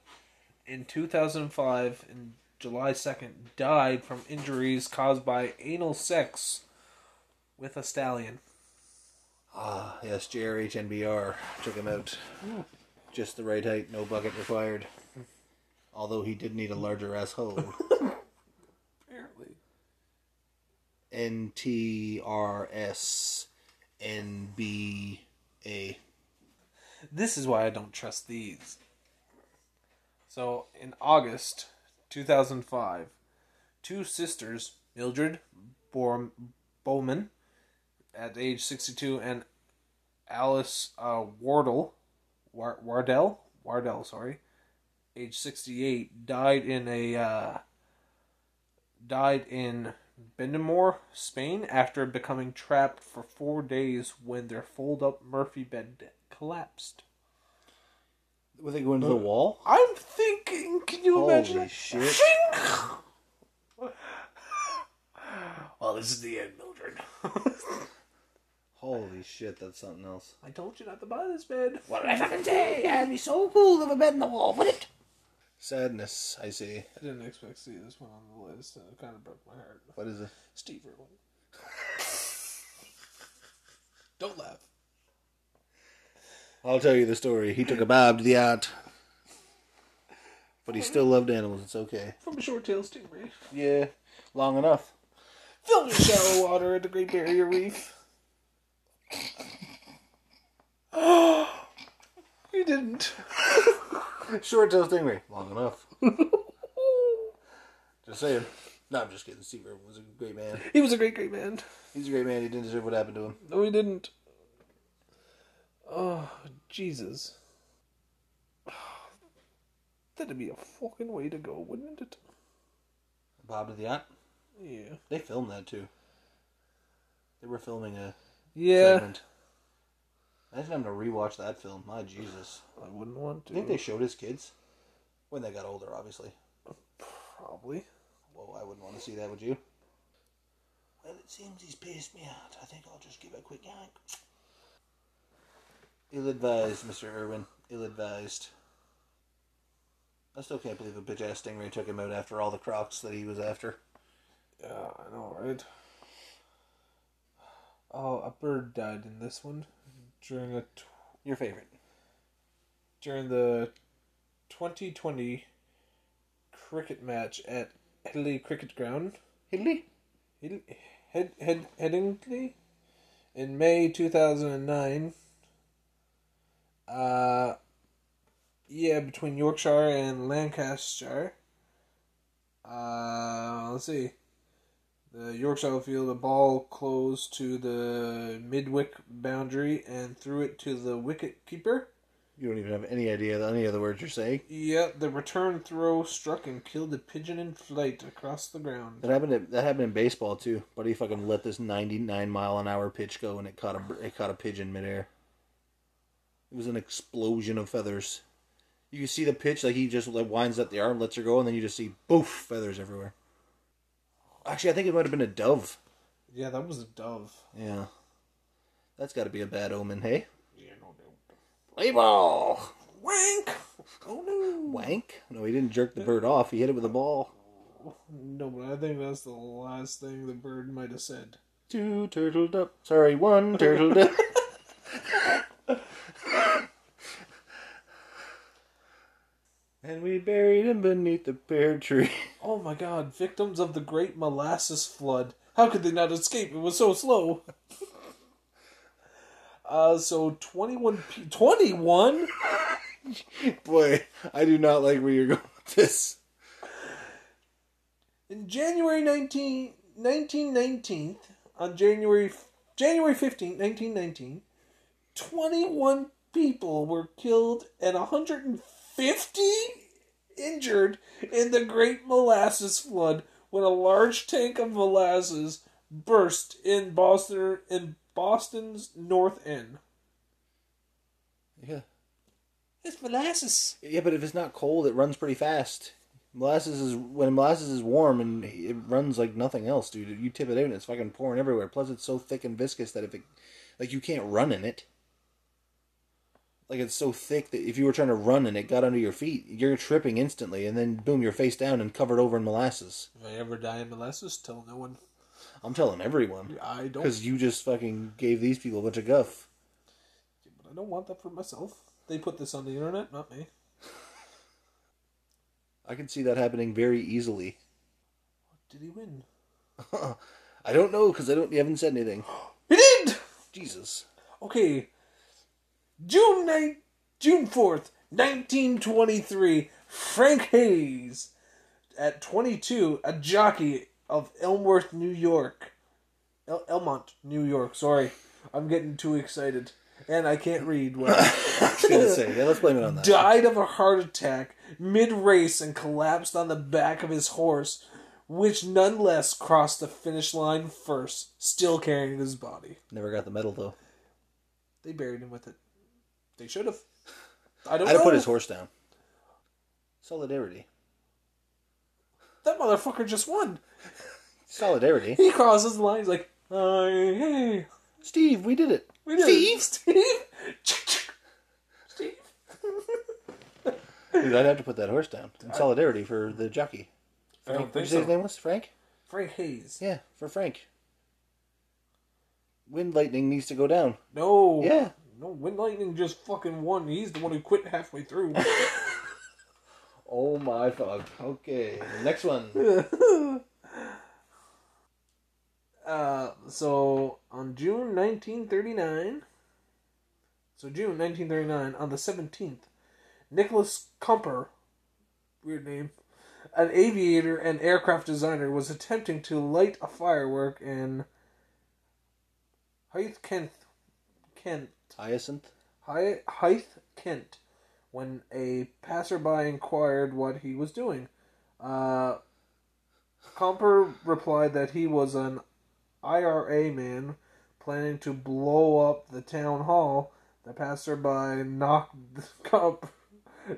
S2: in 2005, in July 2nd, died from injuries caused by anal sex with a stallion.
S1: Ah, yes, JRHNBR took him out. Just the right height, no bucket required. Although he did need a larger asshole.
S2: Apparently.
S1: N T R S N B A.
S2: This is why I don't trust these. So, in August 2005, two sisters, Mildred Borm- Bowman, at age 62, and Alice uh, Wardle, War- Wardell, Wardell, sorry, age 68, died in a uh, died in Bendamore, Spain, after becoming trapped for four days when their fold-up Murphy bed collapsed.
S1: Were they going to the wall?
S2: I'm thinking. Can you imagine?
S1: Holy
S2: that?
S1: shit.
S2: well, this is the end, Mildred.
S1: Holy shit, that's something else.
S2: I told you not to buy this bed.
S1: What did I fucking say? It'd be so cool if a bed in the wall, would it? Sadness, I see.
S2: I didn't expect to see this one on the list, and it kind of broke my heart.
S1: What is it?
S2: Steve Irwin. Don't laugh.
S1: I'll tell you the story. He took a bob to the yacht. But he still loved animals, it's okay.
S2: From a short tail stingray.
S1: Yeah, long enough.
S2: Filmed in shallow water at the Great Barrier Reef. you didn't.
S1: Short tail stingray, long enough. just saying. No, I'm just kidding. Steve Irwin was a great man.
S2: He was a great, great man.
S1: He's a great man. He didn't deserve what happened to him.
S2: No, he didn't. Oh, Jesus. That'd be a fucking way to go, wouldn't it?
S1: Bob to the yacht.
S2: Yeah.
S1: They filmed that too. They were filming a
S2: Yeah.
S1: segment. Imagine having to rewatch that film. My Jesus.
S2: I wouldn't want to.
S1: I think they showed his kids when they got older. Obviously.
S2: Probably.
S1: Well, I wouldn't want to see that, would you? Well, it seems he's pissed me out. I think I'll just give a quick yank. Ill advised, Mr. Irwin. Ill advised. I still can't believe a bitch ass stingray took him out after all the crocs that he was after.
S2: Yeah, I know, right? Oh, a bird died in this one during a tw-
S1: Your favorite.
S2: during the 2020 cricket match at Headley Cricket Ground.
S1: Hiddly?
S2: Head, head, head, Headingley in May 2009. Uh, yeah, between Yorkshire and Lancashire. Uh, let's see. The Yorkshire field, a ball closed to the midwick boundary and threw it to the wicket keeper.
S1: You don't even have any idea of any of the words you're saying.
S2: Yeah, the return throw struck and killed the pigeon in flight across the ground.
S1: That happened. that happened in baseball too. Buddy fucking let this ninety-nine mile an hour pitch go, and it caught a it caught a pigeon midair. It was an explosion of feathers. You can see the pitch like he just like winds up the arm, lets her go, and then you just see boof feathers everywhere. Actually, I think it might have been a dove.
S2: Yeah, that was a dove.
S1: Yeah, that's got to be a bad omen. Hey,
S2: Yeah, no doubt.
S1: play ball.
S2: Wank! Oh no!
S1: Wank. No, he didn't jerk the bird off. He hit it with a ball.
S2: No, but I think that's the last thing the bird might have said.
S1: Two turtled up. Sorry, one turtled up. and we buried him beneath the pear tree.
S2: Oh my god, victims of the Great Molasses Flood. How could they not escape? It was so slow. Uh, so 21 pe- 21?
S1: Boy, I do not like where you're going with this.
S2: In January 19, 1919, on January January 15, 1919, 21 people were killed and 150 injured in the Great Molasses Flood when a large tank of molasses burst in Boston in Boston's North End.
S1: Yeah.
S2: It's molasses.
S1: Yeah, but if it's not cold, it runs pretty fast. Molasses is when molasses is warm and it runs like nothing else, dude. You tip it out and it's fucking pouring everywhere. Plus, it's so thick and viscous that if it, like, you can't run in it. Like it's so thick that if you were trying to run and it got under your feet, you're tripping instantly, and then boom, you're face down and covered over in molasses.
S2: If I ever die in molasses, tell no one.
S1: I'm telling everyone
S2: I don't.
S1: because you just fucking gave these people a bunch of guff.
S2: But I don't want that for myself. They put this on the internet, not me.
S1: I can see that happening very easily.
S2: Did he win?
S1: I don't know because I don't. You haven't said anything.
S2: He did.
S1: Jesus.
S2: Okay. June nine, June fourth, nineteen twenty-three. Frank Hayes, at twenty-two, a jockey of Elmworth, New York, El- Elmont, New York. Sorry, I'm getting too excited, and I can't read. Well.
S1: I was gonna say. Yeah, let's blame it on that.
S2: died of a heart attack mid race and collapsed on the back of his horse, which nonetheless crossed the finish line first, still carrying his body.
S1: Never got the medal though.
S2: They buried him with it. They should have. I don't
S1: I'd have
S2: know.
S1: put his horse down. Solidarity.
S2: That motherfucker just won.
S1: Solidarity.
S2: He crosses the line. He's like, uh, hey,
S1: Steve, we did it.
S2: we did it. Steve, Steve, Steve.
S1: Dude, I'd have to put that horse down in solidarity for the jockey.
S2: I don't
S1: Frank, what
S2: think
S1: you say his
S2: so.
S1: name was? Frank?
S2: Frank Hayes.
S1: Yeah, for Frank. Wind lightning needs to go down.
S2: No.
S1: Yeah.
S2: No, Wind Lightning just fucking won. He's the one who quit halfway through.
S1: Oh my fuck. Okay, next one.
S2: Uh, so on June 1939, so June 1939, on the 17th, Nicholas Cumper, weird name, an aviator and aircraft designer, was attempting to light a firework in Hythe, Kent, Kent,
S1: Hyacinth.
S2: Hy- Hythe, Kent, when a passerby inquired what he was doing. Uh, Comper replied that he was an IRA man planning to blow up the town hall. The passerby knocked Comp-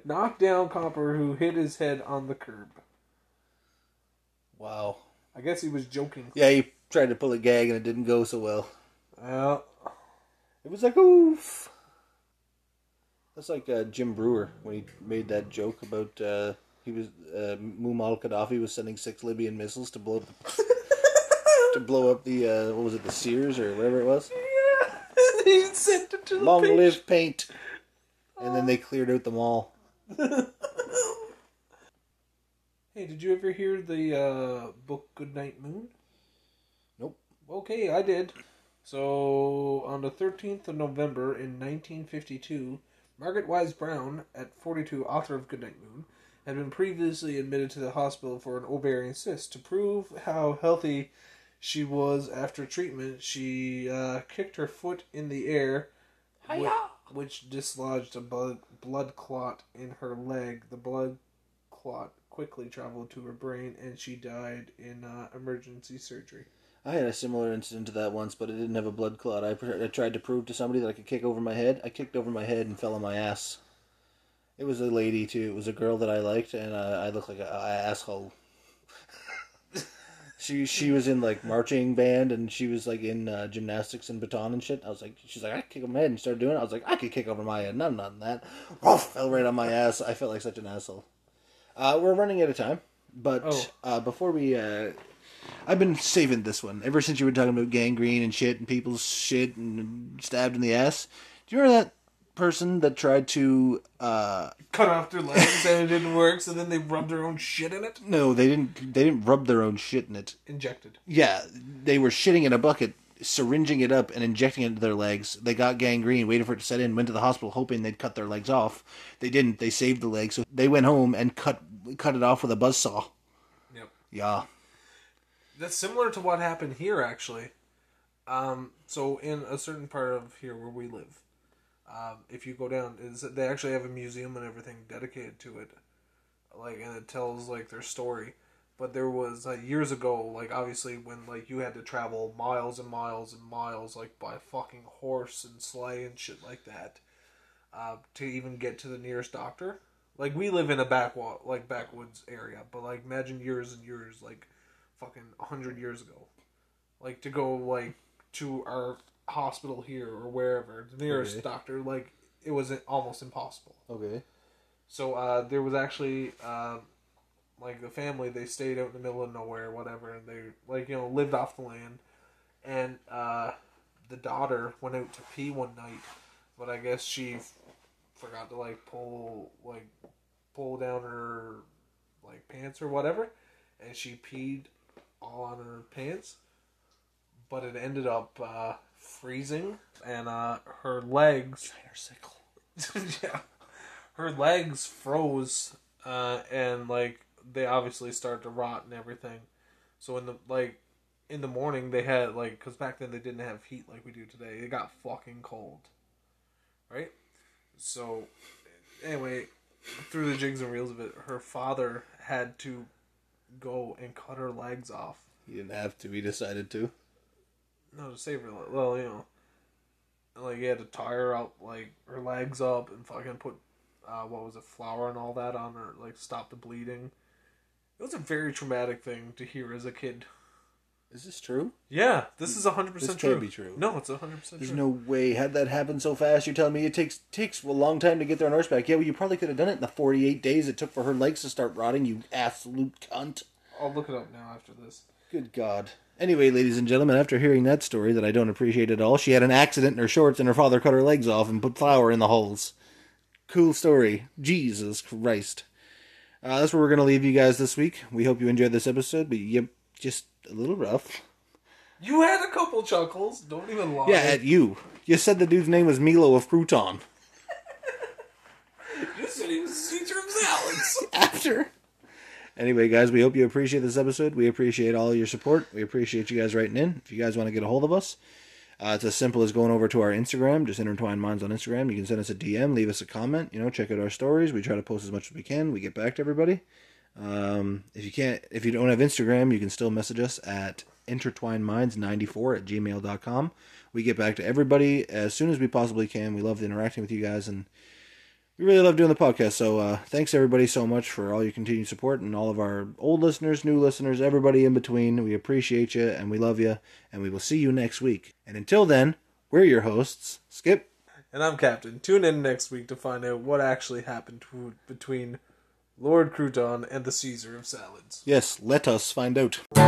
S2: knocked down Comper, who hit his head on the curb.
S1: Wow.
S2: I guess he was joking.
S1: Yeah, he tried to pull a gag and it didn't go so well.
S2: Well,
S1: It was like oof. That's like uh, Jim Brewer when he made that joke about uh, he was uh, Muammar Gaddafi was sending six Libyan missiles to blow up the, to blow up the uh, what was it the Sears or whatever it was.
S2: he sent it to the
S1: Long
S2: page.
S1: live paint. And then they cleared out the mall.
S2: Hey, did you ever hear the uh, book Goodnight Moon?
S1: Nope.
S2: Okay, I did. So, on the 13th of November in 1952, Margaret Wise Brown, at 42, author of Goodnight Moon, had been previously admitted to the hospital for an ovarian cyst. To prove how healthy she was after treatment, she uh, kicked her foot in the air, whi- which dislodged a blood, blood clot in her leg. The blood clot quickly traveled to her brain, and she died in uh, emergency surgery.
S1: I had a similar incident to that once, but I didn't have a blood clot. I, pr- I tried to prove to somebody that I could kick over my head. I kicked over my head and fell on my ass. It was a lady too. It was a girl that I liked, and uh, I looked like an asshole. she she was in like marching band, and she was like in uh, gymnastics and baton and shit. I was like, she's like, I could kick over my head, and she started doing it. I was like, I could kick over my head. No, I'm not in that. fell right on my ass. I felt like such an asshole. Uh, we're running out of time, but
S2: Oh.
S1: uh, before we uh, I've been saving this one ever since you were talking about gangrene and shit and people's shit and stabbed in the ass. Do you remember that person that tried to? uh
S2: cut off their legs and it didn't work, so then they rubbed their own shit in it.
S1: No, they didn't. They didn't rub their own shit in it.
S2: Injected.
S1: Yeah, they were shitting in a bucket, syringing it up and injecting it into their legs. They got gangrene, waited for it to set in. Went to the hospital hoping they'd cut their legs off. They didn't. They saved the leg, so they went home and cut cut it off with a buzzsaw.
S2: Yep.
S1: Yeah.
S2: That's similar to what happened here, actually. Um, so in a certain part of here where we live, Um, if you go down, is they actually have a museum and everything dedicated to it, like and it tells like their story. But there was uh, years ago, like obviously when like you had to travel miles and miles and miles, like by fucking horse and sleigh and shit like that, uh, to even get to the nearest doctor. Like we live in a backwa like backwoods area, but like imagine years and years, like fucking hundred years ago, like to go like to our hospital here or wherever the nearest
S1: Okay.
S2: doctor, like it was almost impossible.
S1: Okay.
S2: So uh, there was actually uh, like the family they stayed out in the middle of nowhere, whatever, and they like you know lived off the land. And uh, the daughter went out to pee one night, but I guess she f- forgot to like pull like pull down her like pants or whatever, and she peed all on her pants. But it ended up uh, freezing, and uh, her legs
S1: Motorcycle.
S2: yeah. Her legs froze, uh, and like they obviously started to rot and everything. So in the like in the morning they had like because back then they didn't have heat like we do today. It got fucking cold, right? So anyway, through the jigs and reels of it, her father had to go and cut her legs off.
S1: He didn't have to. He decided to.
S2: No, to save her. li- Well, you know, like he had to tie her up, like her legs up, and fucking put uh, what was it, flour and all that on her, like stop the bleeding. It was a very traumatic thing to hear as a kid.
S1: Is this true?
S2: Yeah, this is hundred
S1: This
S2: percent
S1: can't
S2: true.
S1: be true.
S2: No, it's hundred percent
S1: There's
S2: true.
S1: no way. Had that happened so fast, you're telling me it takes takes a long time to get there on horseback. Yeah, well, you probably could have done it in the 48 days it took for her legs to start rotting. You absolute cunt.
S2: I'll look it up now after this.
S1: Good God. Anyway, ladies and gentlemen, after hearing that story that I don't appreciate at all, she had an accident in her shorts and her father cut her legs off and put flour in the holes. Cool story. Jesus Christ. Uh, that's where we're going to leave you guys this week. We hope you enjoyed this episode, but yep, just a little rough.
S2: You had a couple chuckles. Don't even lie.
S1: Yeah, at you. You said the dude's name was Milo of Crouton.
S2: you said he was the teacher of salads.
S1: After. Anyway, guys, we hope you appreciate this episode. We appreciate all your support. We appreciate you guys writing in. If you guys want to get a hold of us, Uh, it's as simple as going over to our Instagram, just intertwine minds on Instagram. You can send us a DM, leave us a comment, you know, check out our stories. We try to post as much as we can. We get back to everybody. Um, if you can't, if you don't have Instagram, you can still message us at intertwineminds94 at gmail.com. We get back to everybody as soon as we possibly can. We love interacting with you guys and we really love doing the podcast. So, uh, thanks everybody so much for all your continued support and all of our old listeners, new listeners, everybody in between. We appreciate you and we love you, and we will see you next week. And until then, we're your hosts, Skip
S2: And I'm Captain. Tune in next week to find out what actually happened to, between Lord Crouton and the Caesar of salads.
S1: Yes, let us find out.